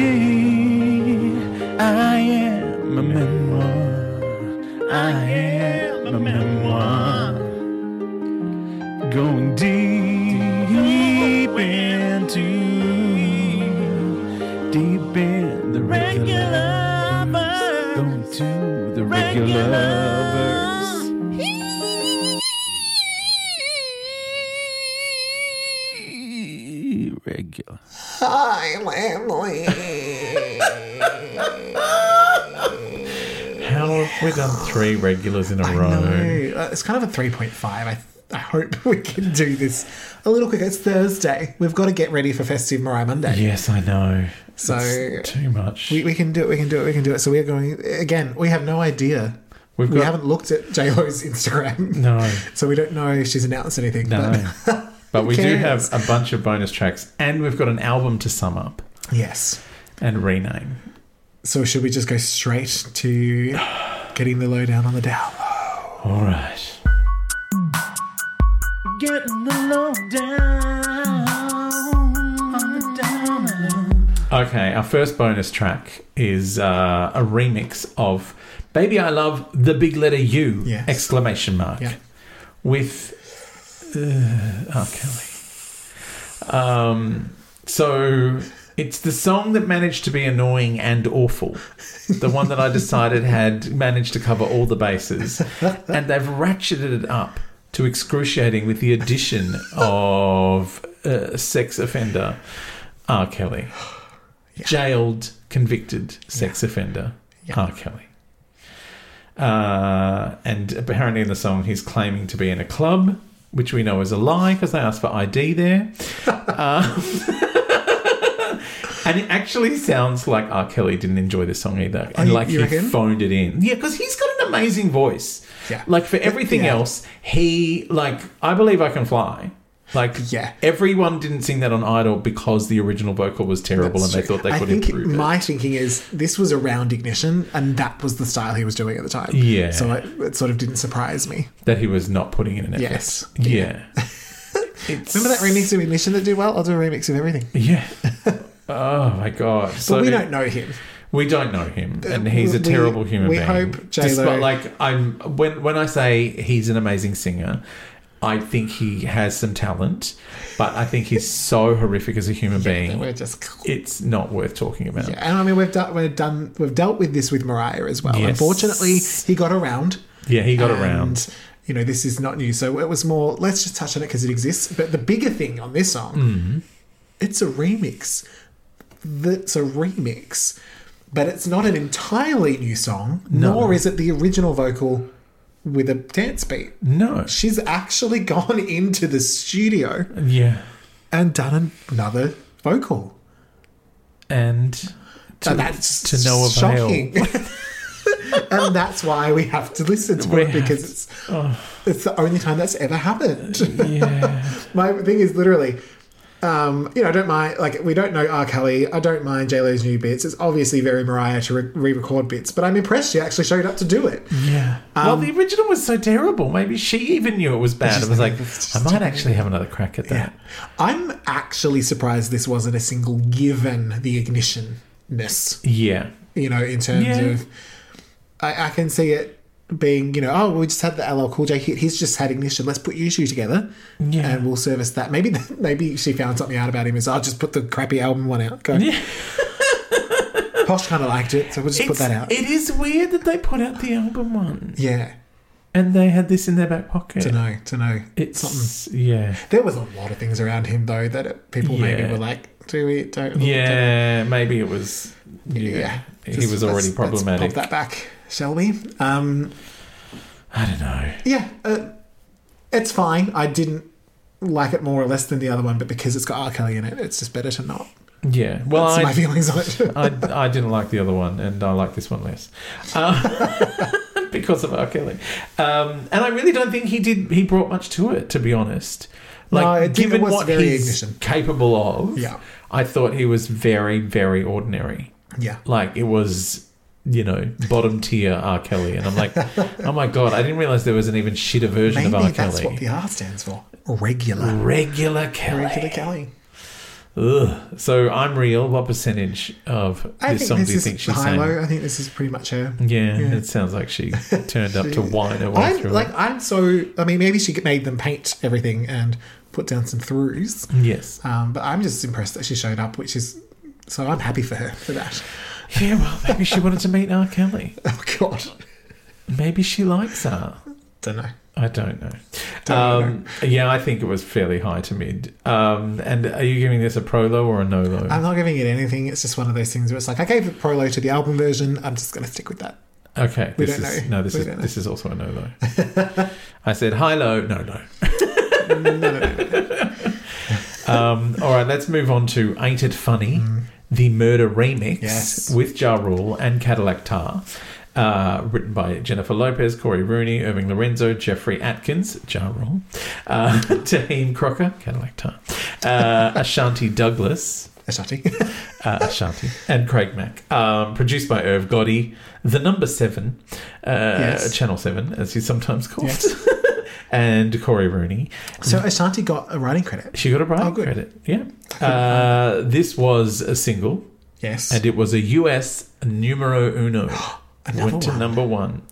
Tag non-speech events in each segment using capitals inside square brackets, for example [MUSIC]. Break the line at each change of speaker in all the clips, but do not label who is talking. Me, I am a memoir. I am a memoir. Going deep into, deep in the regular verse. Going to the regular verse. Regular.
Hi, Lamley.
How have we done three regulars in a row?
No, uh, it's kind of a 3.5. I, I hope we can do this a little quicker. It's Thursday. We've got to get ready for Festive Mariah Monday.
Yes, I know.
So-
It's too much.
We,
We,
we can do it. We can do it. We can do it. So we are going again. We have no idea.
We've
we
got-
haven't looked at J Lo's Instagram.
No.
So we don't know if she's announced anything.
no.
[LAUGHS]
but we do
cares?
have a bunch of bonus tracks, and we've got an album to sum up
But yes.
and rename.
So should we just go straight to getting the lowdown on the down?
All right.
Getting the lowdown on the down low.
Okay, our first bonus track is uh, a remix of "Baby I Love" the big letter U
Yes.
exclamation mark
Yeah.
with uh, R. Kelly. Um, so it's the song that managed to be annoying and awful, the one that I
[LAUGHS]
decided had managed to cover all the bases, and they've ratcheted it up to excruciating with the addition of uh, sex offender R.
[SIGHS]
Kelly jailed, convicted sex offender R. Kelly. Uh, and apparently, in the song, he's claiming to be in a club, which we know is a lie because they asked for ID
[LAUGHS]
there. Um, [LAUGHS] and it actually sounds like R. Kelly didn't enjoy this song either, and
Oh, you-
like
you
he
reckon?
phoned it in. Yeah, because he's got an amazing voice.
Yeah.
Like for everything
Yeah.
else, he like I believe I can fly. Like
Yeah.
everyone didn't sing that on Idol because the original vocal was terrible and they thought they
I
could
think
improve it.
my thinking is this was around ignition, and that was the style he was doing at the time.
Yeah.
So it, it sort of didn't surprise me.
that he was not putting in an effort.
Yes.
Yeah. It's-
Remember that remix of ignition that did well? I'll do a remix of everything.
Yeah.
[LAUGHS]
Oh my god. So
But we don't know him.
we don't know him, and he's a
we-
terrible human
we
being.
hope J-Lo-
Despite- like I'm when when I say he's an amazing singer, I think he has some talent, but I think he's so horrific as a human
We're
being.
just
It's not worth talking about.
Yeah, and I mean we've done we've done we've dealt with this with Mariah as well.
Yes.
Unfortunately, he got around.
Yeah, he got
and,
around.
You know, this is not new, so it was more. Let's just touch on it because it exists. But the bigger thing on this song,
Mm-hmm.
it's a remix. That's a remix, but it's not an entirely new song. Nor is it the original vocal with a dance beat.
No.
She's actually [LAUGHS] gone into the studio
Yeah.
and done another vocal.
And to,
and that's
to no avail.
shocking. [LAUGHS] and that's why we have to listen to
We
it because
have- Oh.
it's it's the only time that's ever happened.
Yeah.
My thing is literally, um, you know, I don't mind. Like we don't know R. Kelly. I don't mind J Lo's new bits. It's obviously very Mariah to re- re-record bits, but I'm impressed she actually showed up to do it.
Yeah. well,
Um,
the original was so terrible. Maybe she even knew it was bad. It was like,
"It's
I
just
might actually have another crack at that.
I'm actually surprised this wasn't a single given the ignitionness.
Yeah.
you know, in terms
Yeah.
of I, I can see it being, you know, oh, we just had the LL Cool J hit. He's just had ignition. Let's put you two together,
Yeah.
and we'll service that. Maybe [LAUGHS] maybe she found something out about him. Is I'll just put the crappy album one out. Go.
Yeah.
Posh kind of liked it, so we'll just put that
It's-
out.
It is weird that they put out the album one
yeah,
and they had this in their back pocket.
to know, to know.
It's yeah,
There was a lot of things around him though that it, people
Yeah.
maybe were like, do we don't
yeah. Maybe it was. Yeah,
yeah.
he
Just-
was
let's-
already
let's
problematic.
pop that back, shall we? Um,
I don't know.
yeah, uh, it's fine. I didn't like it more or less than the other one, but because it's got R. Kelly in it, it's just better to not.
Yeah. Well,
That's
I,
my feelings on it. [LAUGHS]
I, I didn't like the other one, and I like this one less uh, [LAUGHS] because of R. Kelly. Um, and I really don't think he did. He brought much to it, to be honest. Like,
No, it did- it
given
was
what
very
he's
ignition.
capable of,
Yeah.
I thought he was very, very ordinary.
yeah.
Like, it was you know, bottom tier R. Kelly. And I'm like, oh my God, I didn't realize there was an even shitter version
Maybe
of R.
that's what
Kelly.
the R stands for. Regular.
Regular Kelly.
Regular Kelly.
Ugh. So I'm real. What percentage of
I
this
think
song
this
do you
is
think she's
high
sang?
low. I think this is pretty much her.
Yeah, it sounds like she turned up to whine her way
I'm
through.
like
it.
I'm so. I mean, maybe she made them paint everything and put down some throughs.
Yes.
Um, but I'm just impressed that she showed up, which is so I'm happy for her for that. [LAUGHS]
Yeah, well, maybe she wanted to meet R. Kelly.
Oh God,
Maybe she likes R.
don't know.
I don't know.
Don't
um, Yeah, I think it was fairly high to mid. Um, and are you giving this a pro low or a no low?
I'm not giving it anything. It's just one of those things where it's like I gave it prolo to the album version. I'm just going to stick with that.
okay,
we
this
don't
is
know.
no, this
We
is
don't know.
this is also a no low. [LAUGHS] I said high low, no no.
[LAUGHS] No, no, no, no.
Um, all right, let's move on to Ain't It Funny, the murder remix
Mm. Yes.
with Ja Rule and Cadillac Tar. Uh, written by Jennifer Lopez, Corey Rooney, Irving Lorenzo, Jeffrey Atkins, Ja Rule, uh, [LAUGHS] Taheem Crocker, Cadillac Tar, uh, Ashanti Douglas,
Ashanti. [LAUGHS]
uh, Ashanti and Craig Mack, um, produced by Irv Gotti, the number seven, uh,
Yes.
Channel Seven, as he's sometimes called, [LAUGHS] and Corey Rooney.
so Ashanti got a writing credit.
She got a
Oh,
Brian
good.
credit. Yeah, uh, this was a single,
Yes.
and it was a US numero uno.
[GASPS] Another
Went to
one.
number one,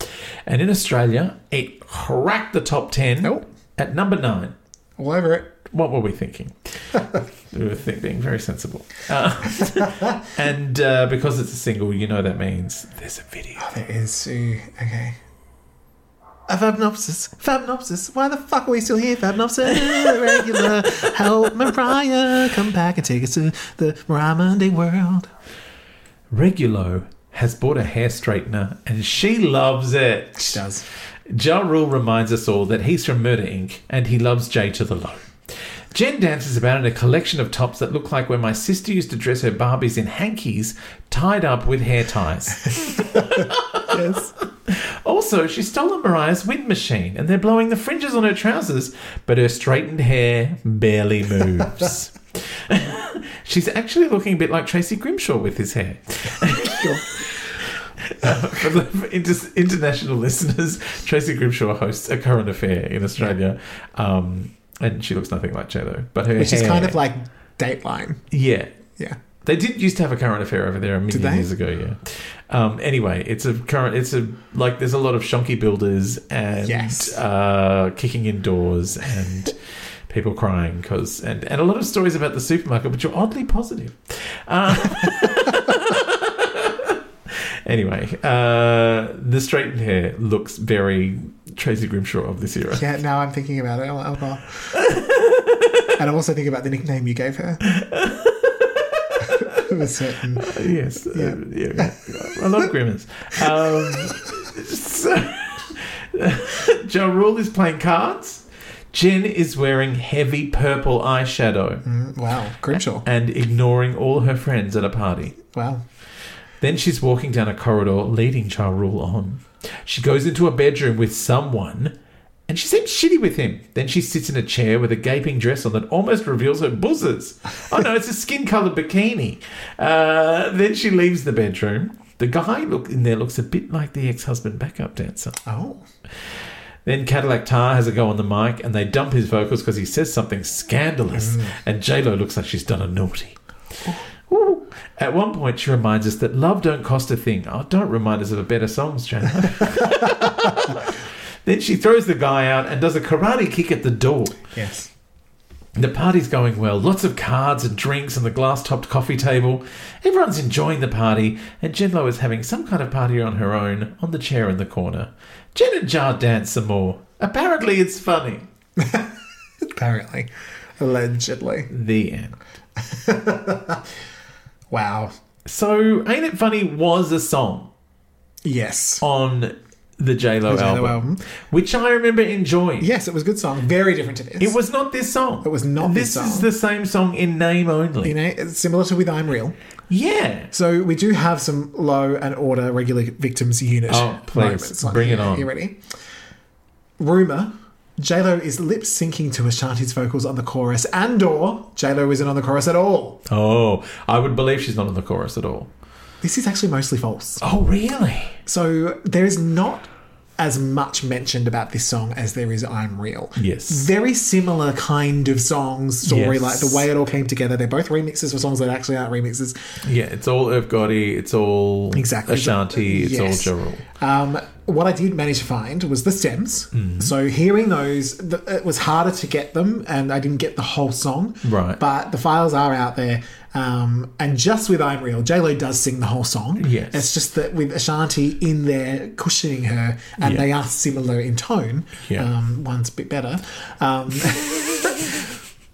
and in Australia, it cracked the top ten
Nope.
at number nine.
All over it.
What were we thinking? we were think, being very sensible. Uh, [LAUGHS] and uh, because it's a single, you know that means there's a video.
Oh, there is Sue. Okay. A Fabnopsis, Fabnopsis, why the fuck are we still here? Fabnopsis, regular, help Mariah, come back and take us to the Mariah Monday world.
Regulo has bought a hair straightener and she loves it.
She does.
Ja Rule reminds us all that he's from Murder Inc. and he loves Jay to the low. Jen dances about in a collection of tops that look like where my sister used to dress her Barbies in hankies tied up with hair ties.
Yes.
also, she stole Mariah's wind machine and they're blowing the fringes on her trousers, but her straightened hair barely moves. [LAUGHS] She's actually looking a bit like Tracy Grimshaw with his hair. [LAUGHS] Uh, For the inter- international listeners, Tracy Grimshaw hosts a current affair in Australia, um, and she looks nothing like JLo. But her
Which is
hair-
kind of like Dateline.
yeah,
Yeah.
they did used to have a current affair over there a million
they?
years ago. Yeah. Um, anyway, it's a current. It's a like there's a lot of shonky builders and
Yes.
uh, kicking in doors
[LAUGHS]
and. People crying because and, and a lot of stories about the supermarket, which are oddly positive. Um, [LAUGHS] Anyway, uh, the straightened hair looks very Tracy Grimshaw of this era.
Yeah, now I'm thinking about it. I'm like, oh, God. and I'm also thinking about the nickname you gave her. [LAUGHS] Of a certain.
Yes, uh,
Yeah.
yeah, I love Grimmins. Um, so, [LAUGHS] Ja Rule is playing cards. Jen is wearing heavy purple eyeshadow
Mm, Wow. Grimshaw.
and ignoring all her friends at a party.
Wow.
Then she's walking down a corridor, leading Ja Rule on. She goes into a bedroom with someone, and she seems shitty with him. Then she sits in a chair with a gaping dress on that almost reveals her buzzers. Oh no, it's a skin coloured bikini. Uh, then she leaves the bedroom. The guy look in there looks a bit like the ex-husband backup dancer.
Oh.
Then Cadillac Tar has a go on the mic, and they dump his vocals because he says something scandalous, and J Lo looks like she's done a naughty. Ooh. At one point, she reminds us that love don't cost a thing. Oh, don't remind us of a better songs, J Lo. then she throws the guy out and does a karate kick at the door.
Yes.
The party's going well. Lots of cards and drinks on the glass topped coffee table. Everyone's enjoying the party, and Jen Lo is having some kind of party on her own on the chair in the corner. Jen and Jar dance some more. Apparently, it's funny.
Apparently. Allegedly.
The end.
Wow.
So, Ain't It Funny was a song
Yes.
on the J Lo
The J Lo
album,
album.
which I remember enjoying.
Yes, it was a good song. Very different to this.
It was not this song.
It was not
This
this
is
song.
the same song in name only.
You know, it's similar to with I'm Real.
yeah.
So we do have some low and order regular victims unit.
Oh, please, bring it on.
You ready? Rumor. JLo is lip syncing to Ashanti's vocals on the chorus, and or JLo isn't on the chorus at all.
Oh, I would believe she's not on the chorus at all.
This is actually mostly false.
Oh, really?
So there is not as much mentioned about this song as there is I'm Real.
Yes.
Very similar kind of songs, story,
Yes.
like the way it all came together. They're both remixes for songs that actually aren't remixes.
Yeah, it's all Irv Gotti, it's all
Exactly.
Ashanti, it's
Yes.
all Ja Rule.
Um, what I did manage to find was the stems.
Mm.
So hearing those, th- it was harder to get them, and I didn't get the whole song.
Right.
But the files are out there. Um, and just with I'm Real, JLo does sing the whole song.
Yes.
It's just that with Ashanti in there cushioning her, and
Yeah.
they are similar in tone.
Yeah.
Um, one's a bit better.
[LAUGHS]
Um, [LAUGHS]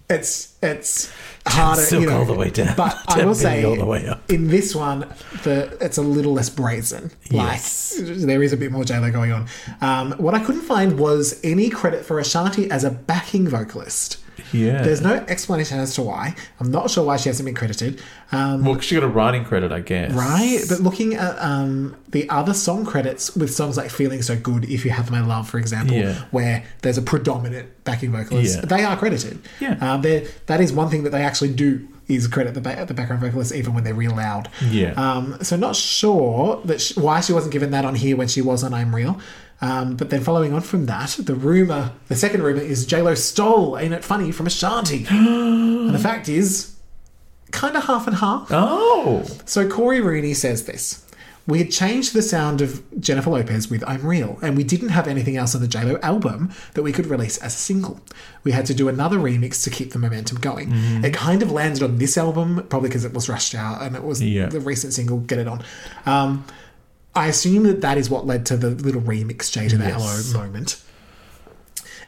it's it's harder.
silk
you know,
all the way down, [LAUGHS]
But I
Tempe
will say,
all the way up.
in this one, the it's a little less brazen. Like
Yes.
there is a bit more JLo going on. Um, what I couldn't find was any credit for Ashanti as a backing vocalist.
Yeah.
There's no explanation as to why. I'm not sure why she hasn't been credited. Um,
Well, she got a writing credit, I guess.
Right, but looking at um, the other song credits with songs like "Feeling So Good," "If You Have My Love," for example,
Yeah.
where there's a predominant backing vocalist,
Yeah.
they are credited.
Yeah.
um, they're- that is one thing that they actually do is credit the, ba- the background vocalist even when they're real loud.
Yeah.
Um, so not sure that sh why she wasn't given that on here when she was on I'm Real. Um, but then following on from that, the rumor, the second rumor is J Lo stole "Ain't It Funny" from
[GASPS]
Ashanti, and the fact is, kind of half and half.
Oh,
So Corey Rooney says this. We had changed the sound of Jennifer Lopez with I'm Real, and we didn't have anything else on the JLo album that we could release as a single. We had to do another remix to keep the momentum going. It kind of landed on this album, probably because it was rushed out and it was
Yeah.
the recent single, Get It On. Um, I assume that that is what led to the little remix Jay to the
Yes.
Hello moment.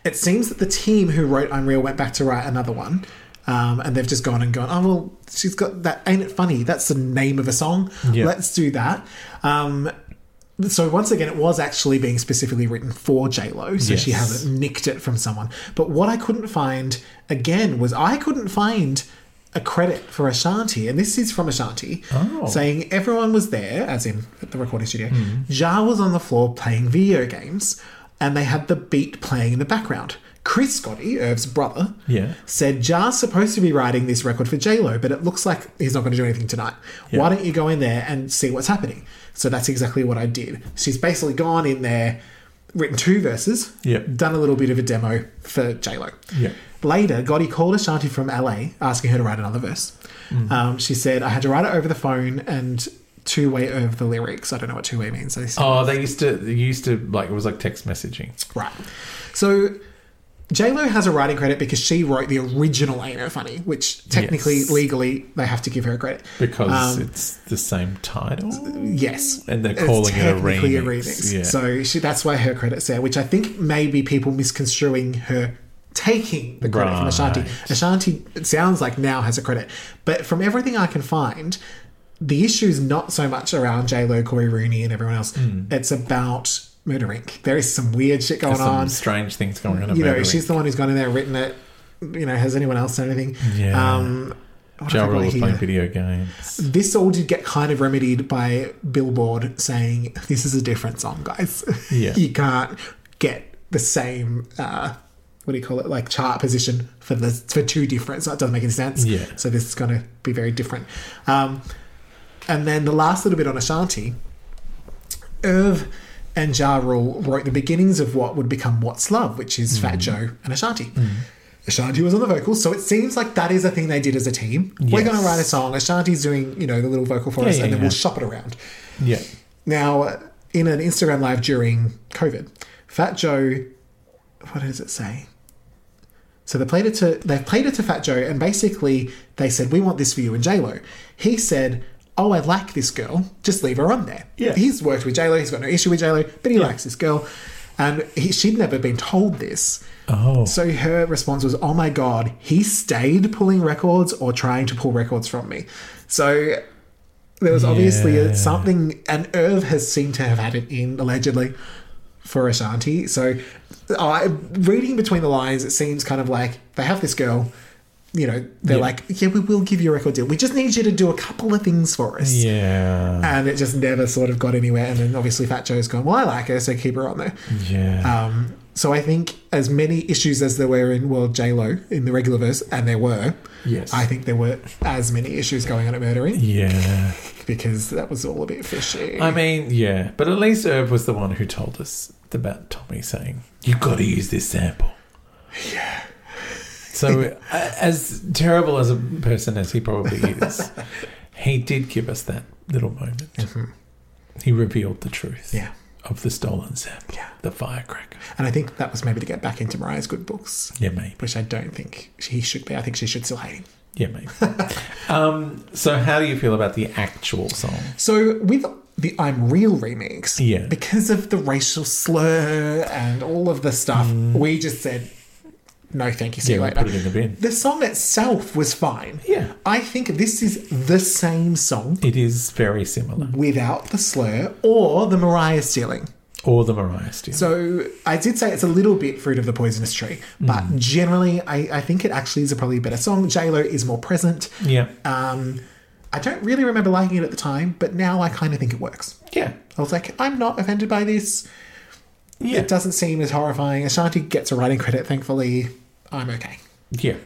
It seems that the team who wrote Unreal went back to write another one. Um, and they've just gone and gone, oh, well, she's got that. Ain't it funny? That's the name of a song.
Yeah.
Let's do that. Um, so, once again, it was actually being specifically written for JLo. So she
Yes.
hasn't nicked it from someone. But what I couldn't find, again, was I couldn't find a credit for Ashanti. And this is from Ashanti
Oh.
saying everyone was there, as in at the recording studio.
Hmm.
Ja was on the floor playing video games, and they had the beat playing in the background. Chris Scotty, Irv's brother,
Yeah.
said Jar's supposed to be writing this record for JLo, but it looks like he's not going to do anything tonight. Why don't you go in there and see what's happening? So that's exactly what I did. She's basically gone in there, written two verses,
Yep.
done a little bit of a demo for JLo.
Yeah.
Later, Gotti called Ashanti from LA asking her to write another verse.
Hmm.
Um, she said, I had to write it over the phone and two way over the lyrics. I don't know what two way means. So they said,
oh, they used to, they used to like it was like text messaging.
Right. So JLo has a writing credit because she wrote the original Ain't It Funny, which technically,
Yes.
legally, they have to give her credit.
Because
Um,
it's the same title.
Yes.
And they're
It's
calling it a
technically
remix, yeah.
So she, that's why her credit's there, which I think may be people misconstruing her taking the credit from Ashanti.
Right.
Ashanti, it sounds like now has a credit. But from everything I can find, the issue is not so much around JLo, Corey Rooney, and everyone else.
Hmm.
It's about Murder Inc. There is some weird shit going
Some
on
strange things going on.
you know,
about
she's the one who's gone in there, written it. You know, has anyone else done anything?
Yeah.
Um, what
Ja
have I got
Rule was
here?
playing video games.
This all did get kind of remedied by Billboard saying, "This is a different song, guys. [LAUGHS]
Yeah.
you can't get the same." Uh, what do you call it? Like chart position for the for two different. So it doesn't make any sense.
Yeah.
So this is going to be very different. Um, and then the last little bit on Ashanti, Irv and Ja Rule wrote the beginnings of what would become What's Love, which is
Mm.
Fat Joe and Ashanti. Ashanti was on the vocals, so it seems like that is a thing they did as a team. We're
Yes.
going to write a song. Ashanti's doing, you know, the little vocal for
Yeah,
us,
yeah,
and then
yeah.
we'll shop it around.
Yeah.
Now, uh, in an Instagram live during COVID, Fat Joe, what does it say? So they played it to they played it to Fat Joe, and basically they said, "We want this for you and J Lo." He said, "Oh, I like this girl. Just leave her on there."
Yeah.
he's worked with J Lo. He's got no issue with J Lo, but he likes this girl, and he, she'd never been told this.
Oh.
So her response was, "Oh my god, he stayed pulling records or trying to pull records from me." So there was obviously
Yeah.
something, and Irv has seemed to have had it in allegedly for uh, Ashanti. So I reading between the lines, it seems kind of like they have this girl. you know, they're
Yeah.
like, yeah, we will give you a record deal. We just need you to do a couple of things for us.
Yeah.
And it just never sort of got anywhere. And then obviously Fat Joe's gone, well, I like her, so keep her on there.
Yeah.
Um, so I think as many issues as there were in World J Lo in the regular verse, and there were,
Yes.
I think there were as many issues going on at Murdering
yeah.
because that was all a bit fishy. [LAUGHS]
I mean, yeah. But at least Irv was the one who told us about Tommy saying, you've got to use this sample. Yeah. So, a- as terrible as a person as he probably
[LAUGHS]
is, he did give us that little moment. He revealed the truth
Mm-hmm. yeah,
of the stolen sample,
Yeah.
the firecracker.
and I think that was maybe to get back into Mariah's good books,
Yeah, maybe.
which I don't think he should be. I think she should still hate him.
Yeah,
[LAUGHS]
maybe. um, so, how do you feel about the actual song?
So with the I'm Real remix,
Yeah.
because of the racial slur and all of the stuff, we just said, no, thank you, see
Mm. Yeah,
you
we
later.
put it in the bin.
The song itself was fine.
Yeah.
I think this is the same song
It is very similar.
without the slur or the Mariah stealing.
Or the Mariah Steele.
So I did say it's a little bit fruit of the poisonous tree, but
Hmm.
generally I, I think it actually is a probably better song. JLo is more present.
yeah.
Um, I don't really remember liking it at the time, but now I kind of think it works.
yeah.
I was like, I'm not offended by this.
Yeah.
It doesn't seem as horrifying. Ashanti gets a writing credit, thankfully. I'm okay.
Yeah.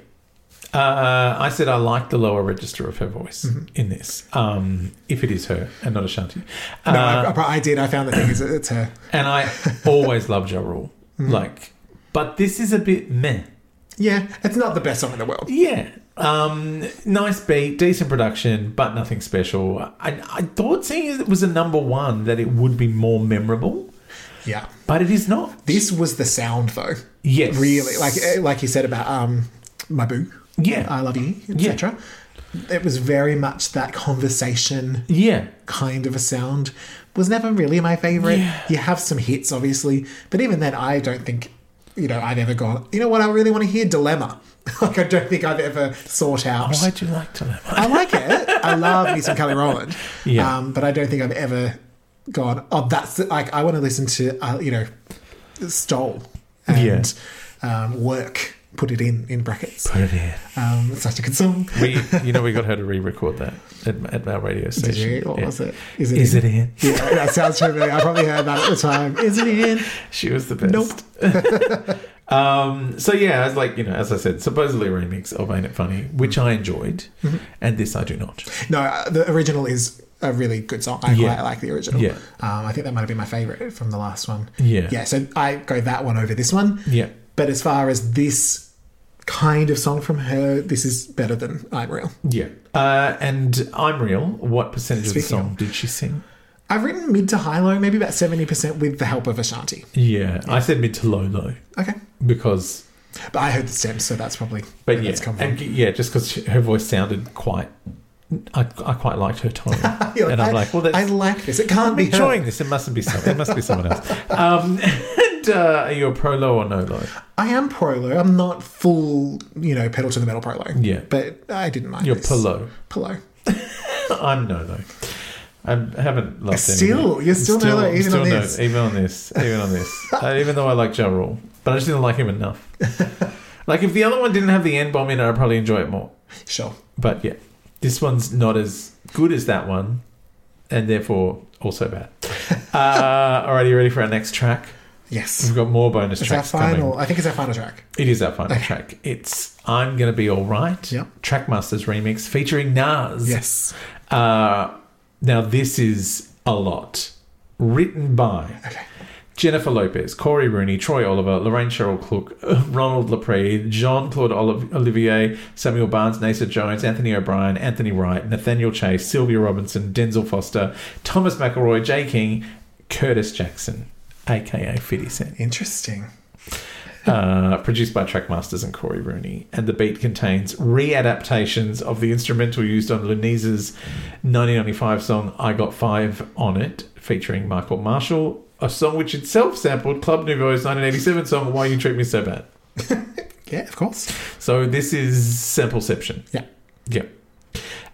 Uh, I said I like the lower register of her voice
Mm-hmm.
in this, um, if it is her and not Ashanti. Uh,
No, I, I, I did. I found the thing is that it's her.
and
[LAUGHS]
I always loved Ja Rule.
Mm-hmm.
Like, but this is a bit meh.
Yeah, it's not the best song in the world.
Yeah. Um, nice beat, decent production, but nothing special. I, I thought seeing as it was a number one that it would be more memorable,
Yeah.
but it is not.
This was the sound though.
Yes.
Really, like eh, like you said about um, my boo,
Yeah.
I love you, etc. It was very much that conversation
yeah.
kind of a sound. Was never really my favorite.
Yeah.
You have some hits, obviously, but even then, I don't think you know I've ever gone. You know what? I really want to hear dilemma. [LAUGHS] like I don't think I've ever sought out.
Why do you like Dilemma?
I like it. I love me some Kelly Rowland.
Yeah.
Um, but I don't think I've ever gone, oh, that's like, I want to listen to, uh, you know, Stole and um, Work, put it in, in brackets.
Put it in.
Um, it's such a good song.
We, you know, we got her to re-record that at, at our radio
Did
station.
you? What
Yeah.
was it? Is it
Is
in?
it in?
Yeah, that sounds familiar. I probably heard that at the time. Is it in?
She was the best. Nope. [LAUGHS] um, so yeah, I was like, you know, as I said, supposedly a remix of Ain't It Funny, which
Mm-hmm.
I enjoyed, and this I do not.
No, uh, the original is a really good song. I
Yeah.
quite like the original.
Yeah.
Um, I think that might have been my favorite from the last one.
Yeah.
Yeah. So I go that one over this one.
Yeah.
But as far as this kind of song from her, this is better than I'm Real.
Yeah. Uh, and I'm real. What percentage of the
Speaking of-
song did she sing?
I've written mid to high low, maybe about 70% with the help of Ashanti.
Yeah, I said mid to low low
Okay.
because,
But I heard the stems, so that's probably
but
where
yeah,
that's come from. [LAUGHS]
and yeah, just because her voice sounded quite. I, I quite liked her tone,
[LAUGHS] You're
and I'm like, well, that's
I like this. It can't be her.
enjoying this. It mustn't be someone. It must be someone else. Um, [LAUGHS] and uh, are you a pro low or no low?
I am pro low. I'm not full, you know, pedal to the metal pro low.
Yeah.
But I didn't mind.
You're
this.
pro low.
Pillow.
I'm no low. I haven't lost any.
Still, you're still no low,
I'm
even on
no-
this.
even on this, even on
[LAUGHS]
this. Uh, even though I like Ja Rule, but I just didn't like him enough. like if the other one didn't have the end bomb in it, I'd probably enjoy it more.
Sure.
But yeah, this one's not as good as that one, and therefore also
[LAUGHS]
bad. Uh, alright, are you ready for our next track?
Yes.
We've got more bonus
It's our
Mm, tracks
final.
coming.
I think it's our final track.
It is our final track. It's "I'm Gonna Be All Right."
Yep.
Trackmasters remix featuring Nas.
Yes.
Uh, now, this is a lot. Written by Jennifer Lopez, Corey Rooney, Troy Oliver, Lorraine Cheryl Cook, [LAUGHS] Ronald Lepre, Jean Claude Olivier, Samuel Barnes, Nasa Jones, Anthony O'Brien, Anthony Wright, Nathaniel Chase, Sylvia Robinson, Denzel Foster, Thomas McElroy, Jay King, Curtis Jackson, aka 50 Cent.
Interesting.
Uh, produced by Trackmasters and Corey Rooney, and the beat contains readaptations of the instrumental used on Lunise's 1995 song "I Got Five on It," featuring Michael Marshall, a song which itself sampled Club Nouveau's 1987 song "Why You Treat Me So Bad."
Yeah, of course.
So this is sampleception.
Yeah.
yeah.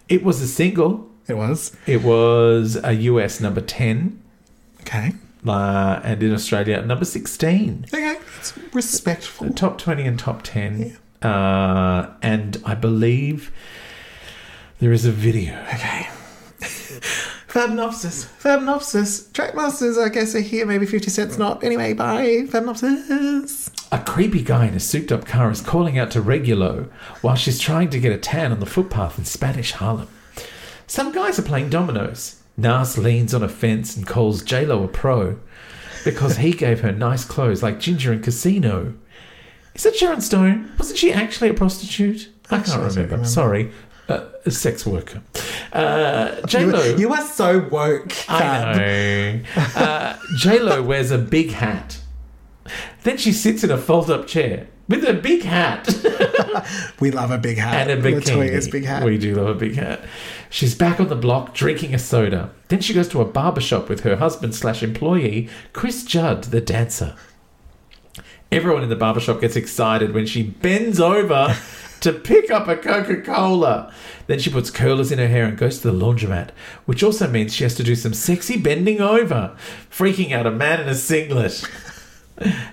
It was a single.
It was.
It was a US number ten,
Okay.
uh, and in Australia number sixteen.
Okay. It's respectful.
Top 20 and top 10. Uh, and I believe there is a video.
Okay. Fabnopsis, Fabnopsis, Trackmasters, I guess, are here. Maybe 50 cents not. Anyway, bye, Fabnopsis.
A creepy guy in a souped up car is calling out to Regulo while she's trying to get a tan on the footpath in Spanish Harlem. Some guys are playing dominoes. Nas leans on a fence and calls JLo a pro because
[LAUGHS]
he gave her nice clothes like Ginger in Casino. Is that Sharon Stone? Wasn't she actually a prostitute? I can't
Actually, I don't
remember.
remember.
Sorry. Uh, a sex worker. Uh,
You,
JLo.
you are so woke.
I
Fab.
know. uh, J-Lo wears a big hat. Then she sits in a fold-up chair with a big hat [LAUGHS]
We love a big hat.
and a
The tweet
bikini.
is big hat.
We do love a big hat. She's back on the block drinking a soda. Then she goes to a barber shop with her husband slash employee, Chris Judd, the dancer. Everyone in the barber shop gets excited when she bends over to pick up a Coca Cola. Then she puts curlers in her hair and goes to the laundromat, which also means she has to do some sexy bending over, freaking out a man in a singlet.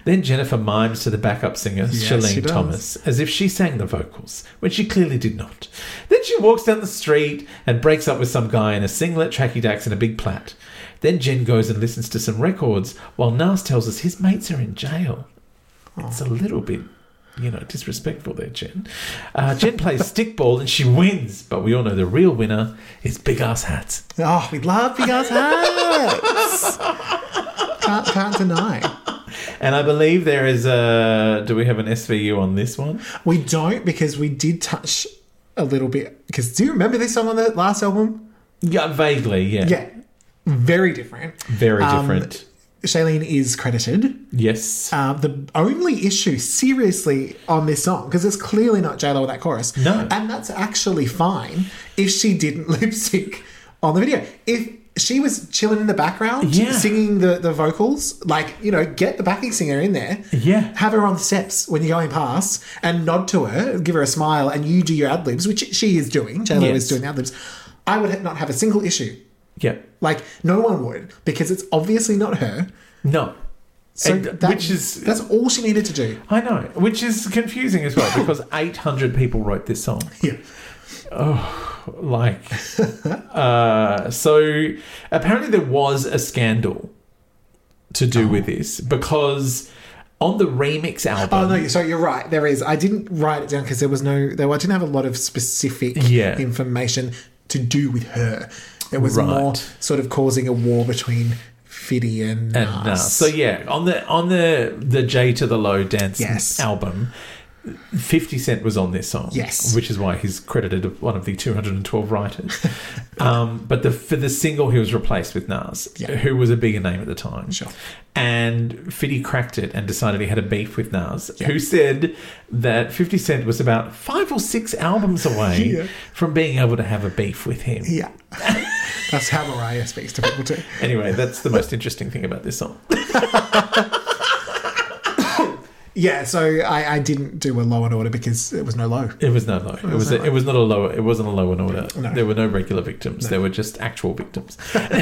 Then Jennifer mimes to the backup singer,
she
Shalene
does.
Thomas, as if she sang the vocals, when she clearly did not. Then she walks down the street and breaks up with some guy in a singlet, tracky dacks, and a big plait. Then Jen goes and listens to some records while Nas tells us his mates are in jail. It's a little bit, you know, disrespectful there, Jen. Uh, Jen plays stickball and she wins, but we all know the real winner is Big Ass Hats.
Oh, we love big
[LAUGHS]
ass hats. can't, can't deny.
And I believe there is a. Do we have an SVU on this one?
We don't because we did touch a little bit. Because do you remember this song on the last album?
Yeah, vaguely, yeah.
Yeah. Very different.
Very
Um,
different.
Shailene is credited.
Yes.
Uh, the only issue, seriously, on this song, because it's clearly not JLo with that chorus.
No.
And that's actually fine if she didn't [LAUGHS] lip sync on the video. If she was chilling in the background,
Yeah.
singing the, the vocals, like, you know, get the backing singer in there.
Yeah.
Have her on the steps when you're going past and nod to her, give her a smile, and you do your ad libs, which she is doing. JLo
Yes.
is doing the ad libs. I would ha- not have a single issue.
yeah.
Like, no one would, because it's obviously not her.
No.
So
And
that-
which is
that's all she needed to do.
I know, which is confusing as well because 800 people wrote this song.
Yeah.
Like, uh, so apparently there was a scandal to do with this because on the remix album,
Oh no, so you're right. There is. I didn't write it down because there was no. There, I didn't have a lot of specific
Yeah.
information to do with her. It was
Right.
more sort of causing a war between Fiddy and,
and
Nas.
Nas. So yeah, on the on the the J to the Low dance
Yes.
album, Fifty Cent was on this song.
Yes.
which is why he's credited as one of the two hundred and twelve writers. um, but the for the single, he was replaced with Nas,
Yeah.
who was a bigger name at the time.
Sure.
And Fiddy cracked it and decided he had a beef with Nas, who said that 50 Cent was about five or six albums away
[LAUGHS] Yeah.
from being able to have a beef with him.
yeah, [LAUGHS] that's how Mariah speaks to people too.
Anyway, that's the most interesting thing about this song.
Yeah, so I, I didn't do a low and order because it was no low.
It was not low. It was.
not
A,
low.
it was not a lower. It wasn't a low in order.
No.
There were no regular victims. There were just actual victims. [LAUGHS]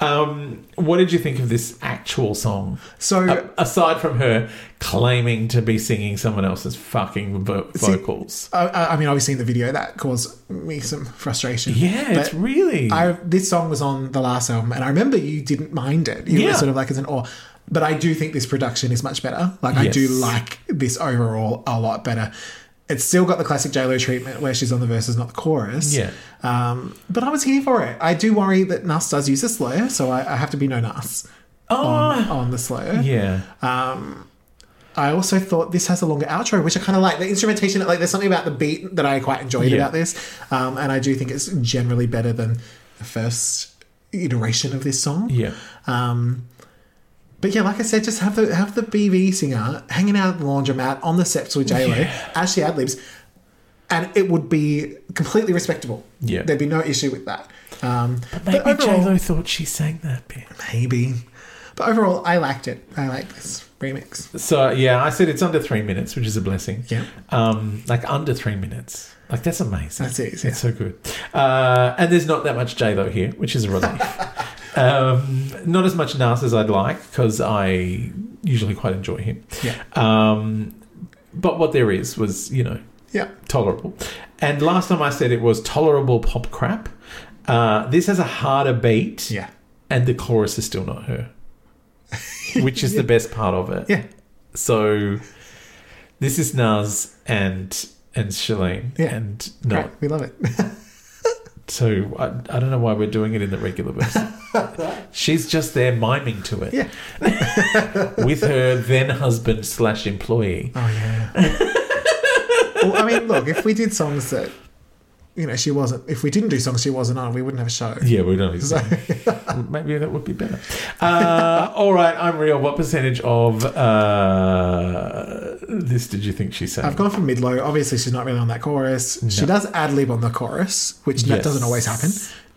um, what did you think of this actual song?
So
A- aside from her claiming to be singing someone else's fucking vo- vocals,
I- I, I mean, obviously in the video that caused me some frustration.
yeah, it's
But-
really.
I this song was on the last album, and I remember you didn't mind it. You
Yeah.
were sort of like as an awe. But I do think this production is much better. Like I do
Yes.
like this overall a lot better. It's still got the classic JLo treatment where she's on the verses, not the chorus.
Yeah.
Um, but I was here for it. I do worry that Nas does use a slur, so I, I have to be no Nas on, on the slur.
oh, yeah,
I also thought this has a longer outro, which I kind of like. The instrumentation, like there's something about the beat that I quite enjoyed
Yeah.
about this, um, and I do think it's generally better than the first iteration of this song.
yeah.
Um, but yeah, like I said, just have the have the BV singer hanging out at the laundromat on the steps with J Lo as she ad libs, and it would be completely respectable.
Yeah.
there'd be no issue with that. Um, but
Maybe
overall-
J Lo thought she sang that bit.
maybe. But overall, I liked it. I like this remix.
So yeah, I said it's under three minutes, which is a blessing.
Yeah.
Um, like under three minutes. Like that's amazing.
That's it,
It's
yeah.
so good. Uh, and there's not that much J Lo here, which is a relief.
[LAUGHS]
um, not as much Nas as I'd like because I usually quite enjoy him.
Yeah.
Um, But what there is was, you know,
Yeah.
tolerable. And last time I said it was tolerable pop crap. Uh, this has a harder beat,
Yeah.
and the chorus is still not
[LAUGHS]
her, which is the best part of it.
Yeah.
So this is Nas and and Shalane,
Yeah.
and
No.
no,
We love it.
so I, I don't know why we're doing it in the regular verse.
[LAUGHS]
She's just there miming to it. [LAUGHS] With her then husband slash employee.
Oh yeah. well, I mean, look, if we did songs that you know she wasn't, if we didn't do songs she wasn't on, we wouldn't have a show.
Yeah, we don't.
So, [LAUGHS]
Maybe that would be better. Uh, all right, I'm real. What percentage of uh, this did you think she sang?
I've gone for mid low. Obviously, she's not really on that chorus. She
No.
does ad lib on the chorus, which that
Yes.
doesn't always happen,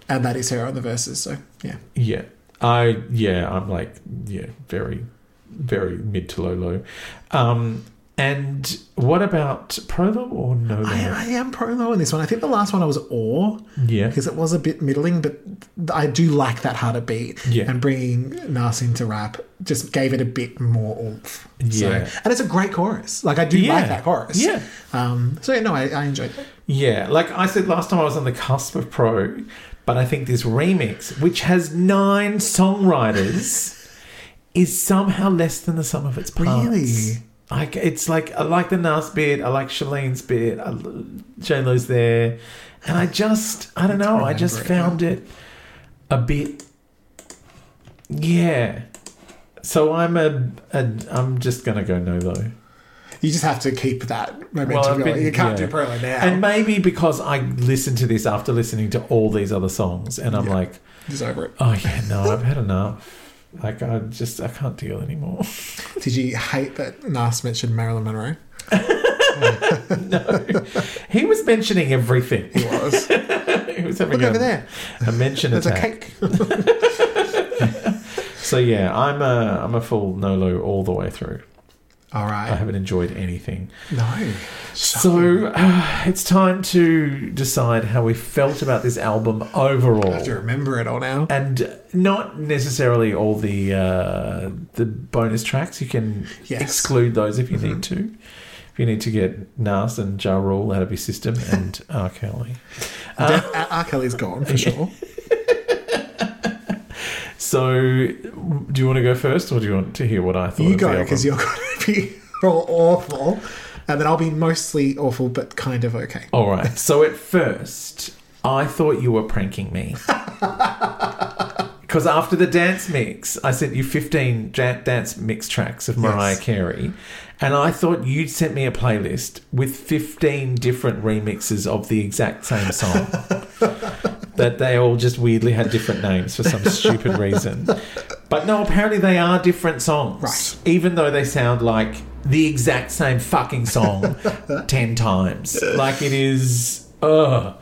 and that is her on the verses. So yeah,
Yeah, I yeah, I'm like yeah, very, very mid to low low. Um, and what about prolo or no
I, uh,
low?
I am pro low on this one. I think the last one I was awe
Yeah,
because it was a bit middling, but I do like that harder beat.
Yeah.
And bringing Nas into rap just gave it a bit more oomph.
Yeah.
So, and it's a great chorus. Like, I do
Yeah.
like that chorus.
Yeah.
Um, so, yeah, no, I, I enjoyed it.
yeah. Like I said last time, I was on the cusp of pro, but I think this remix, which has nine songwriters. [LAUGHS] Is somehow less than the sum of its parts.
Really?
Like it's like I like the Nas bit, I like Shalene's bit, I, J Lo's there, and I just I don't know, I just
Remember it,
found it a bit, yeah. So I'm a, a I'm just gonna go no though,
You just have to keep that momentum
Well, I've
going.
been-
you can't
yeah.
do Perla now.
and maybe because I listened to this after listening to all these other songs, and I'm
Yeah.
like,
just over it.
oh yeah, no, I've had enough. Like I just I can't deal anymore. [LAUGHS]
Did you hate that Nas mentioned Marilyn Monroe?
he was mentioning everything. [LAUGHS]
He was. Look
he was having a,
over there.
a mention
There's a
attack.
cake.
So yeah, I'm a I'm a full Nolo all the way through.
All
I
right.
haven't enjoyed anything.
No.
So [SIGHS] uh, it's time to decide how we felt about this album
I have to
overall,
remember it all now.
and not necessarily all the uh, the bonus tracks. You can
Yes. Mm-hmm.
exclude those if you need to. If you need to get Nas and Ja Rule out of your system and R Kelly. Uh-huh.
Def- R. Kelly's gone for sure.
So, do you want to go first, or do you want to hear what I thought?
You
of the
go
album?
because you're [LAUGHS] going to be all awful, and then I'll be mostly awful but kind of okay.
All right. [LAUGHS] So at first, I thought you were pranking [LAUGHS] me. Because after the dance mix, I sent you 15 ja- dance mix tracks of Mariah
Yes.
Carey. And I thought you'd sent me a playlist with 15 different remixes of the exact same song. that they all just weirdly had different names for some stupid reason. But no, apparently they are different songs.
Right.
Even though they sound like the exact same fucking song 10 times. Like it is. Ugh.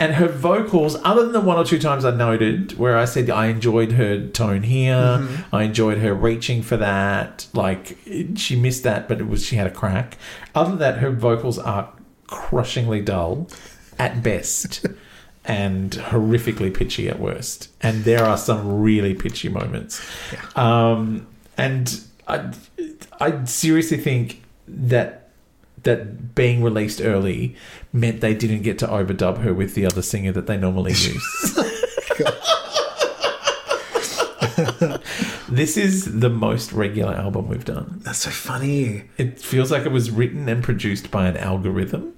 And her vocals, other than the one or two times I noted where I said I enjoyed her tone here, I enjoyed her reaching for that. Like it- she missed that, but it was she had a crack. Other than that, her vocals are crushingly dull at best. and horrifically pitchy at worst. And there are some really pitchy moments. Um, and I, I seriously think that that being released early meant they didn't get to overdub her with the other singer that they normally use. this is the most regular album we've done.
That's so funny.
It feels like it was written and produced by an algorithm.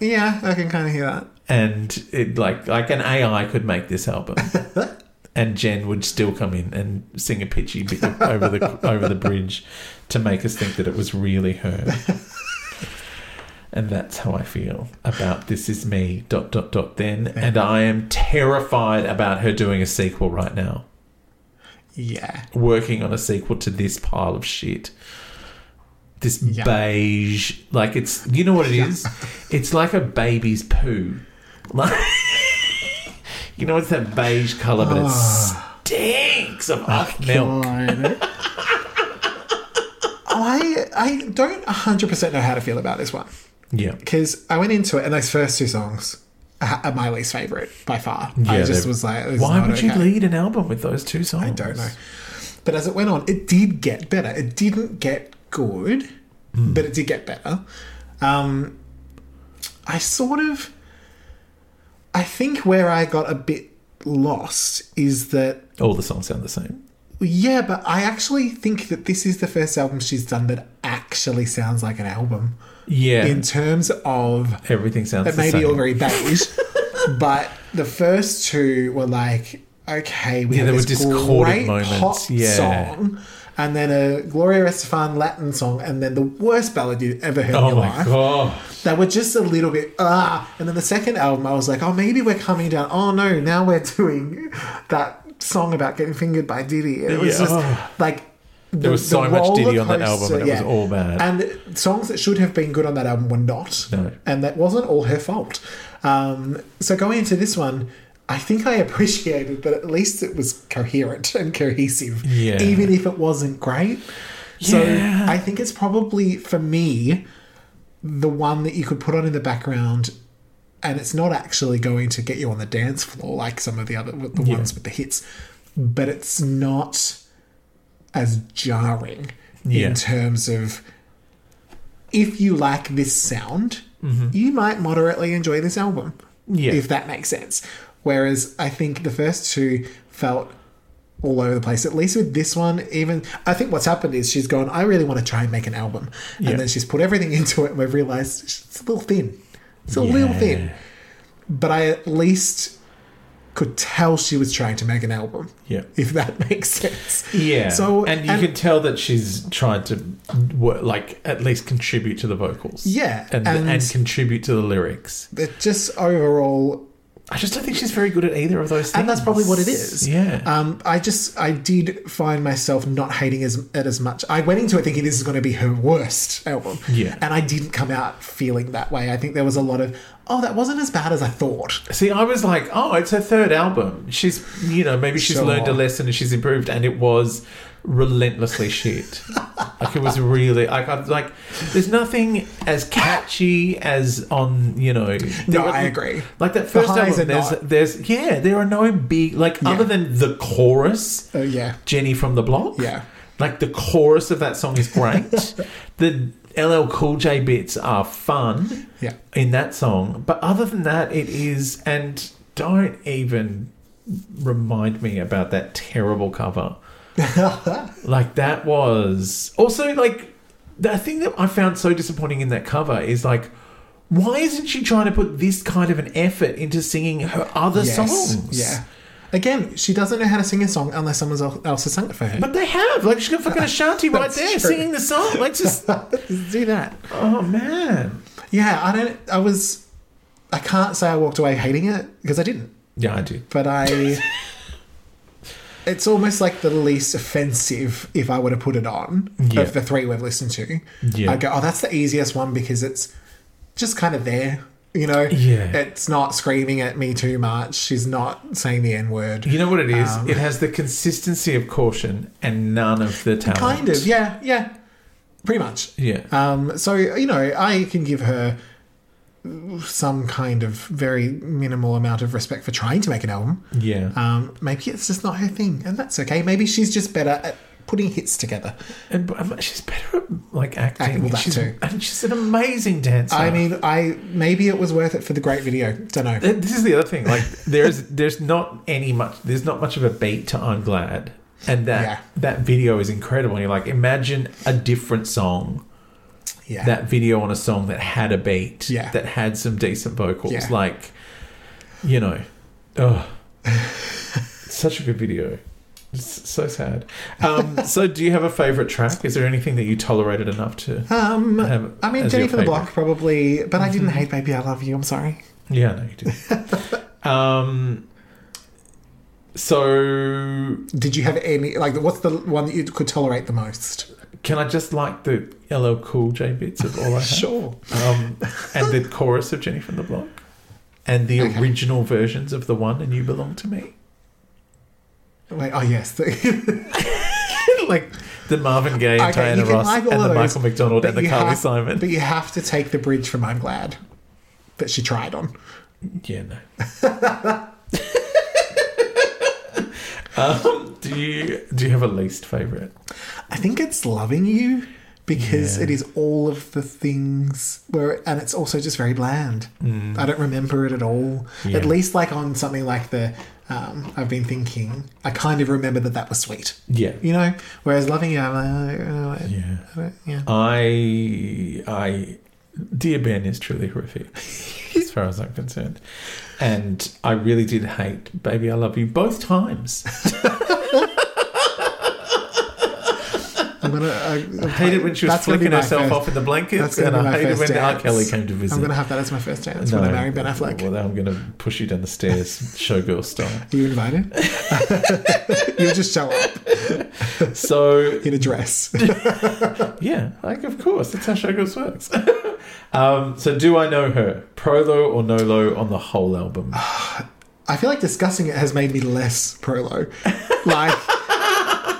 Yeah, I can kind of hear that.
and it like like an AI could make this album, and Jen would still come in and sing a pitchy bit over the over the bridge to make us think that it was really her. And that's how I feel about this is me dot dot dot then, and I am terrified about her doing a sequel right now,
Yeah.
working on a sequel to this pile of shit. This
Yeah.
beige, like it's you know what it is,
[LAUGHS]
it's like a baby's poo. Like, you know, it's that beige color, but it stinks of off milk.
Ah. Oh, God. I I don't hundred percent know how to feel about this one
Yeah.
because I went into it and those first two songs are are my least favorite by far. I
Yeah,
just
they-
was like, this is
Why
not
would you
okay.
lead an album with those two songs?
I don't know. But as it went on, it did get better. It didn't get good. but it did get better. Um, I sort of, I think where I got a bit lost is that
All the songs sound the same.
yeah, but I actually think that this is the first album she's done that actually sounds like an album
Yeah.
in terms of
Everything sounds
that
the
may
same.
be all very beige,
[LAUGHS]
but the first two were like, okay, we
Yeah,
have
there were
this
discordant
great
moments,
pop
yeah.
song, and then a Gloria Estefan Latin song, and then the worst ballad you ever heard in
oh
your
my
life.
god.
They were just a little bit ah. And then the second album, I was like, oh, maybe we're coming down. Oh no, now we're doing that song about getting fingered by Diddy. And it was
Yeah. Oh.
just like. There
was so much Diddy on that album and it was all bad.
And songs that should have been good on that album were not.
No.
And that wasn't all her fault. Um, so going into this one, I think I appreciated that at least it was coherent and cohesive,
Yeah.
even if it wasn't great.
Yeah.
So I think it's probably for me the one that you could put on in the background and it's not actually going to get you on the dance floor like some of the other the ones with the hits but it's not as jarring
Yeah.
in terms of if you like this sound
Mm-hmm.
you might moderately enjoy this album
Yeah.
if that makes sense whereas i think the first two felt all over the place at least with this one even i think what's happened is she's gone i really want to try and make an album
Yeah.
and then she's put everything [LAUGHS] into it and we've realized it's a little thin it's a little
Yeah.
thin but I at least could tell she was trying to make an album.
Yeah.
If that [LAUGHS] makes sense.
Yeah.
So
and you can tell that she's tried to work, like at least contribute to the vocals.
Yeah,
And, and
and-
contribute to the lyrics.
it just overall
I just don't think she's very good at either of those things.
and that's probably what it is.
Yeah.
Um, I just I did find myself not hating as, it as much. I went into it thinking this is going to be her worst album.
Yeah.
And I didn't come out feeling that way. I think there was a lot of oh that wasn't as bad as I thought.
See, I was like, oh, it's her third album. She's, you know, maybe she's
Sure.
learned a lesson and she's improved, and it was relentlessly
[LAUGHS]
shit. like it was really like, I, like, there's nothing as catchy as on, you know. there were-
I agree.
Like that first
highs
album,
are
there's,
not-
there's, yeah, there are no big like other than the chorus.
Oh yeah.
Jenny from the Block.
Yeah.
Like the chorus of that song is
[LAUGHS]
great. the LL Cool J bits are fun
Yeah.
in that song. But other than that, it is. And don't even remind me about that terrible
[LAUGHS]
cover. like that was. Also, like, the thing that I found so disappointing in that cover is like, why isn't she trying to put this kind of an effort into singing her other
Yes.
songs?
Yeah. Again, she doesn't know how to sing a song unless someone else else has sung it for her.
But they have. Like, she's got fucking Ashanti right
That's
there
true.
singing the song. Like, [LAUGHS] just.
do that.
oh, man.
Yeah, I don't. I was. I can't say I walked away hating it because I didn't.
Yeah, I do.
But I. it's almost like the least offensive if I were to put it on
Yeah.
of the three we've listened to.
Yeah.
I go, oh, that's the easiest one because it's just kind of there. You know,
Yeah.
it's not screaming at me too much. She's not saying the N word.
You know what it is? it has the consistency of caution and none of the talent.
kind of, yeah, yeah, pretty much.
Yeah.
Um, so you know, I can give her some kind of very minimal amount of respect for trying to make an album.
yeah.
Um, maybe it's just not her thing, and that's okay. Maybe she's just better at putting hits together.
and but, um, she's better at like acting.
Acting, well, that
she's,
too.
And she's an amazing dancer.
I mean, I maybe it was worth it for the great video. Don't know.
Th- this is the other thing. Like, there's there's not any much. There's not much of a beat to "I'm Glad," and that
Yeah.
that video is incredible. And you're like, imagine a different song
Yeah,
that video on a song that had a beat,
Yeah.
that had some decent vocals,
Yeah.
like, you know, ugh. such a good video. It's so sad.
[LAUGHS]
Um, so, do you have a favorite track? Is there anything that you tolerated enough to?
Um,
have
I
as your
mean,
Mm-hmm.
Jenny from the
favourite?
Block probably, but I didn't hate "Baby I Love You." I'm sorry.
Yeah, no, you did. um, so,
Did you have any like? What's the one that you could tolerate the most?
can I just like the LL Cool J bits of all I have?
Sure.
um, and the chorus of Jenny from the Block, and the
Okay.
original versions of the one and You Belong to Me,
Wait. Oh yes. [LAUGHS]
like the Marvin Gaye and
Okay, you
Diana
can
Ross
like all
and the
of those,
Michael McDonald and the
you
Carly
have-
Simon.
But you have to take the bridge from "I'm Glad" that she tried on.
yeah, no.
[LAUGHS]
um, do you do you have a least favorite?
I think it's "Loving You" because
Yeah.
it is all of the things where, and it's also just very bland. I don't remember it at all.
Mm. Yeah.
At least, like on something like the um, I've been thinking, I kind of remember that that was sweet.
Yeah.
You know, whereas loving you, I'm like, oh, I-
Yeah.
I don't- yeah.
I, I, dear Ben is truly horrific, as far as I'm concerned, and I really did hate "Baby I Love You" both times.
I'm gonna. I,
[LAUGHS]
I
I hated when she was flicking herself off in the
That's
blankets, and
gonna be my
I hated
first
when R.
dance.
Kelly came to visit.
I'm gonna have that as my first dance when I marry Ben Affleck.
Well, I'm going to push you down the stairs, [LAUGHS] showgirl style.
Are
[LAUGHS]
you invited? [LAUGHS] You'll just show up
So
in a dress.
yeah, like of course, that's how showgirls works. [LAUGHS] um, so do I know her? Prolo or Nolo on the whole album?
Ah, I feel like discussing it has made me less prolo. Like,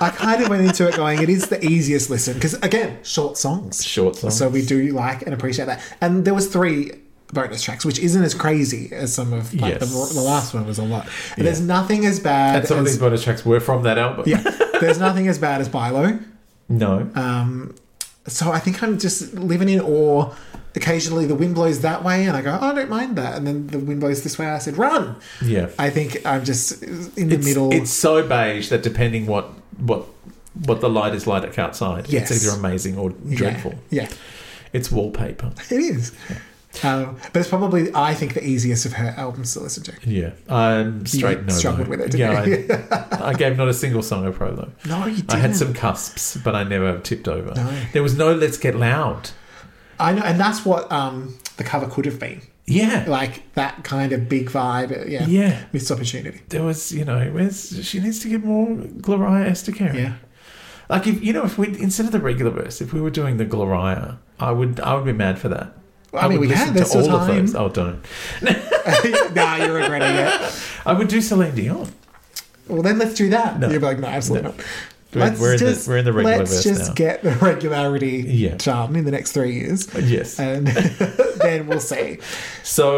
I kind of went into it going, it is the easiest listen because again, short songs.
Short song.
So we do like and appreciate that. And there was three bonus tracks, which isn't as crazy as some of like,
Yes.
the, the last one was a lot. And There's nothing as bad
and some of
as
these bonus tracks were from that album.
yeah. There's nothing as bad as Bilo.
No.
Um, so I think I'm just living in awe. Occasionally, the wind blows that way, and I go, "Oh, I don't mind that." And then the wind blows this way. I said, "Run!"
yeah.
I think I'm just in the
it's,
middle.
it's so beige that depending what what what the light is like outside,
Yes.
it's either amazing or
Yeah,
dreadful.
Yeah,
It's wallpaper.
it is. Um, but it's probably, I think, the easiest of her albums to listen to.
Yeah, I'm straight no.
struggled
though.
with it,
yeah,
didn't
I, I gave not a single song a pro though.
[LAUGHS] No, you didn't.
I had some cusps, but I never tipped over.
No.
There was no "Let's Get Loud."
I know, and that's what um, the cover could have been,
Yeah,
like that kind of big vibe. uh, Oh, Yeah,
yeah.
missed opportunity.
There was, you know, where's she needs to get more Gloria Estacari.
Yeah.
like if you know, if we instead of the regular verse, if we were doing the Gloria, I would, I would be mad for that.
Well, I mean,
would
we had-
listen
there's
to
still
all
time.
of
[LAUGHS]
those. Oh, don't.
nah, you're regretting it.
I would do Celine Dion.
Well, then let's do that.
No.
You'd be like, no, absolutely
No.
not.
We're- we're in the- we're in the regular
let's
verse
just
now.
get the [LAUGHS] regularity
Yeah.
done in the next three years,
Yes.
and [LAUGHS] then we'll see.
So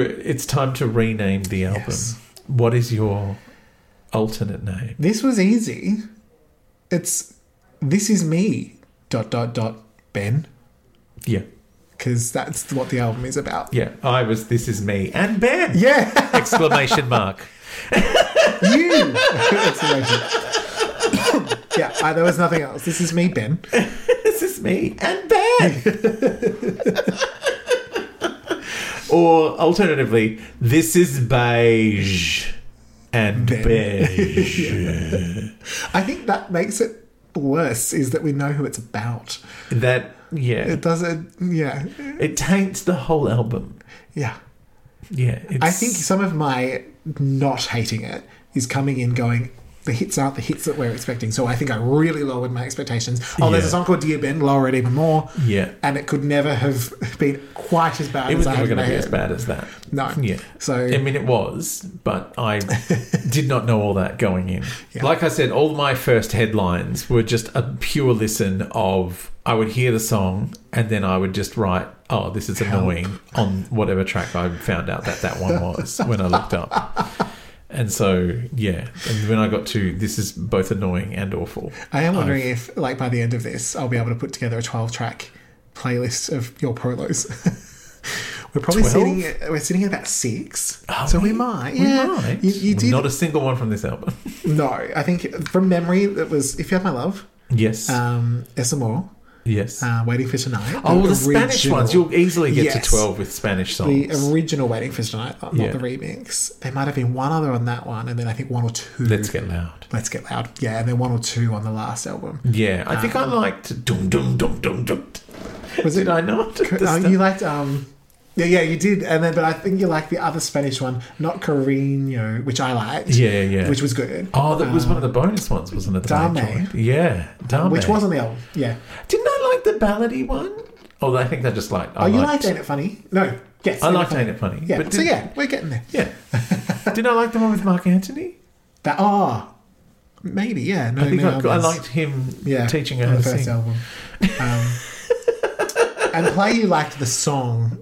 it's time to rename the album.
Yes.
What is your alternate name?
This was easy. It's this is me. Dot dot dot. Ben.
Yeah.
because that's what the album is about.
Yeah. I was This Is Me and Ben!
[LAUGHS] Yeah,
Exclamation mark.
you. [LAUGHS] That's amazing. yeah, I, there was nothing else. This is me, Ben.
This is me and Ben! [LAUGHS] or alternatively, This is Beige and
Ben.
Beige.
I think that makes it worse. Is that we know who it's about?
That, yeah.
It doesn't. Yeah,
It taints the whole album.
yeah.
Yeah. It's,
I think some of my not hating it is coming in going. The hits aren't the hits that we're expecting, so I think I really lowered my expectations. Oh, there's a
Yeah.
song called Dear Ben, lower it even more.
Yeah.
and it could never have [LAUGHS] been quite as bad
It was
as I
never going
had
to
in
be
my
as
head.
bad as that.
No,
Yeah.
So
I mean, it was, but I
[LAUGHS]
did not know all that going in. Like I said, all my first headlines were just a pure listen of I would hear the song and then I would just write, oh, this is annoying on whatever track I found out that that one was when I looked up. And so, yeah. And when I got to this is both annoying and awful.
I am wondering
Oh.
if, like, by the end of this, I'll be able to put together a twelve-track playlist of your prolos. [LAUGHS] we're probably
12?
sitting. At, we're sitting at about six,
Are
so we, might.
We
yeah,
might.
you, you did.
Not a single one from this album. [LAUGHS]
no, I think from memory that was "If You Have My Love,"
yes.
um, "Esamor,"
yes.
uh, "Waiting for Tonight."
Oh, well, the Spanish
original-
ones. You'll easily get
Yes.
to 12 with Spanish songs.
The original "Waiting for Tonight," not
Yeah.
the remix. There might have been one other on that one, and then I think one or 2
Let's Get Loud.
Let's get loud. Yeah, and then one or two on the last album.
Yeah, I think I liked Dum Dum Dum Dum Dum.
Um, Was
Did
it?
I not? The
Uh,
stuff-
you liked um yeah, yeah, you did, and then but I think you liked the other Spanish one, not Carino, which I liked.
Yeah, yeah.
which was good.
Oh, that was one of the bonus ones, wasn't it? that I
Dame.
enjoyed? Yeah, Dame.
which was on the album. Yeah.
Didn't I like the ballady one? Oh, I think I just liked. I
Oh, you
liked,
liked Ain't It Funny? No. Yes.
I
Ain't It
liked
Funny.
Ain't It Funny.
Yeah.
but
so
did-
yeah, we're getting there. [LAUGHS]
Yeah. Didn't I like the one with Mark Antony?
That ah, maybe yeah. No,
I think
no
I, I
albums.
liked him
yeah
teaching her
on
how
the
to
first
sing.
album. Um,
[LAUGHS]
and play you liked the song,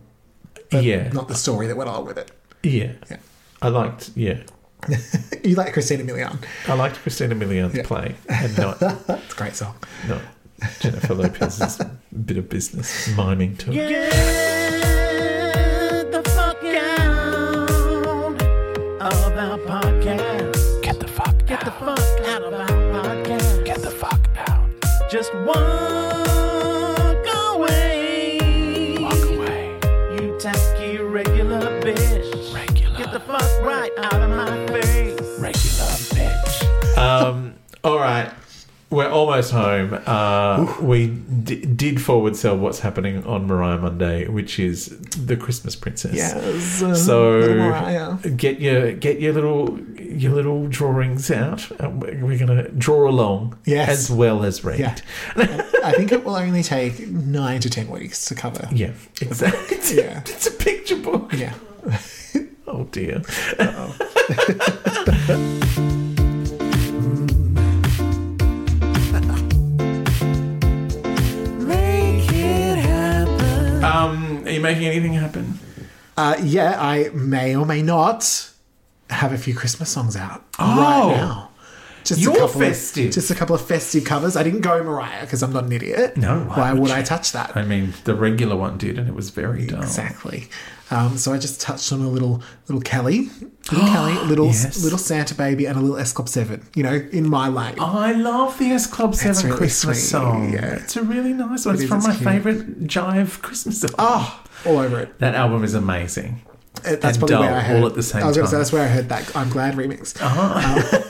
but
Yeah,
not the story that went along with it.
yeah,
Yeah.
I liked. Yeah,
You like Christina Milian.
I liked Christina Milian's
[LAUGHS] Yeah.
play and not
It's a great song.
No. Jennifer Lopez's bit of business miming to it.
Get the fuck out of our podcast. Get the fuck Get the fuck out of our podcast. Get the fuck out. Just walk away. Walk away. You tacky regular bitch. Regular. Get the fuck right out of my face. Regular bitch.
Um, all right. We're almost home. Uh, we d- did forward sell what's happening on Mariah Monday, which is the Christmas Princess.
Yes.
So-
Little Mariah.
Get your get your little your little drawings out. Uh, We're we're gonna draw along
Yes.
as well as read.
Yeah. I think it will only take nine to ten weeks to cover.
Yeah,
[LAUGHS]
exactly. It's,
Yeah.
it's a picture book.
Yeah.
Oh dear.
Make it happen.
Um, are you making anything happen?
Uh, yeah, I may or may not have a few Christmas songs out
Oh.
right now. Just
You're
couple
festive.
Of, just a couple of festive covers. I didn't go Mariah because I'm not an idiot.
No, why
Why
would
would,
you?
I touch that?
I mean, the regular one did, and it was very dull.
Exactly. Um, so I just touched on a little
[GASPS]
little Kelly, little Kelly, little
Yes.
little Santa baby, and a little S Club Seven. You know, in my lane.
I love the S Club 7
really
Christmas
sweet,
song.
yeah.
It's a really nice one. It's
is,
from
it's
my
cute.
favourite Jive Christmas album.
Oh, all over it.
That album is amazing.
Uh, That's
And
probably
dull,
where I heard.
all at the same
I was going to say
time.
that's where I heard that. I'm glad remix.
Uh-huh.
Um,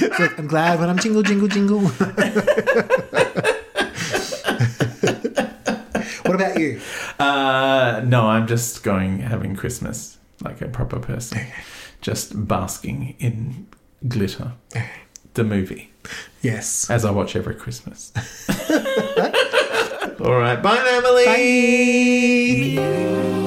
it's like, I'm glad when I'm jingle jingle
[LAUGHS]
jingle. [LAUGHS] what about you?
Uh, no, I'm just going having Christmas like a proper [LAUGHS] person. Just basking in [LAUGHS] glitter. The movie,
Yes.
as I watch every Christmas. [LAUGHS] All right. Bye, Emily.
Bye.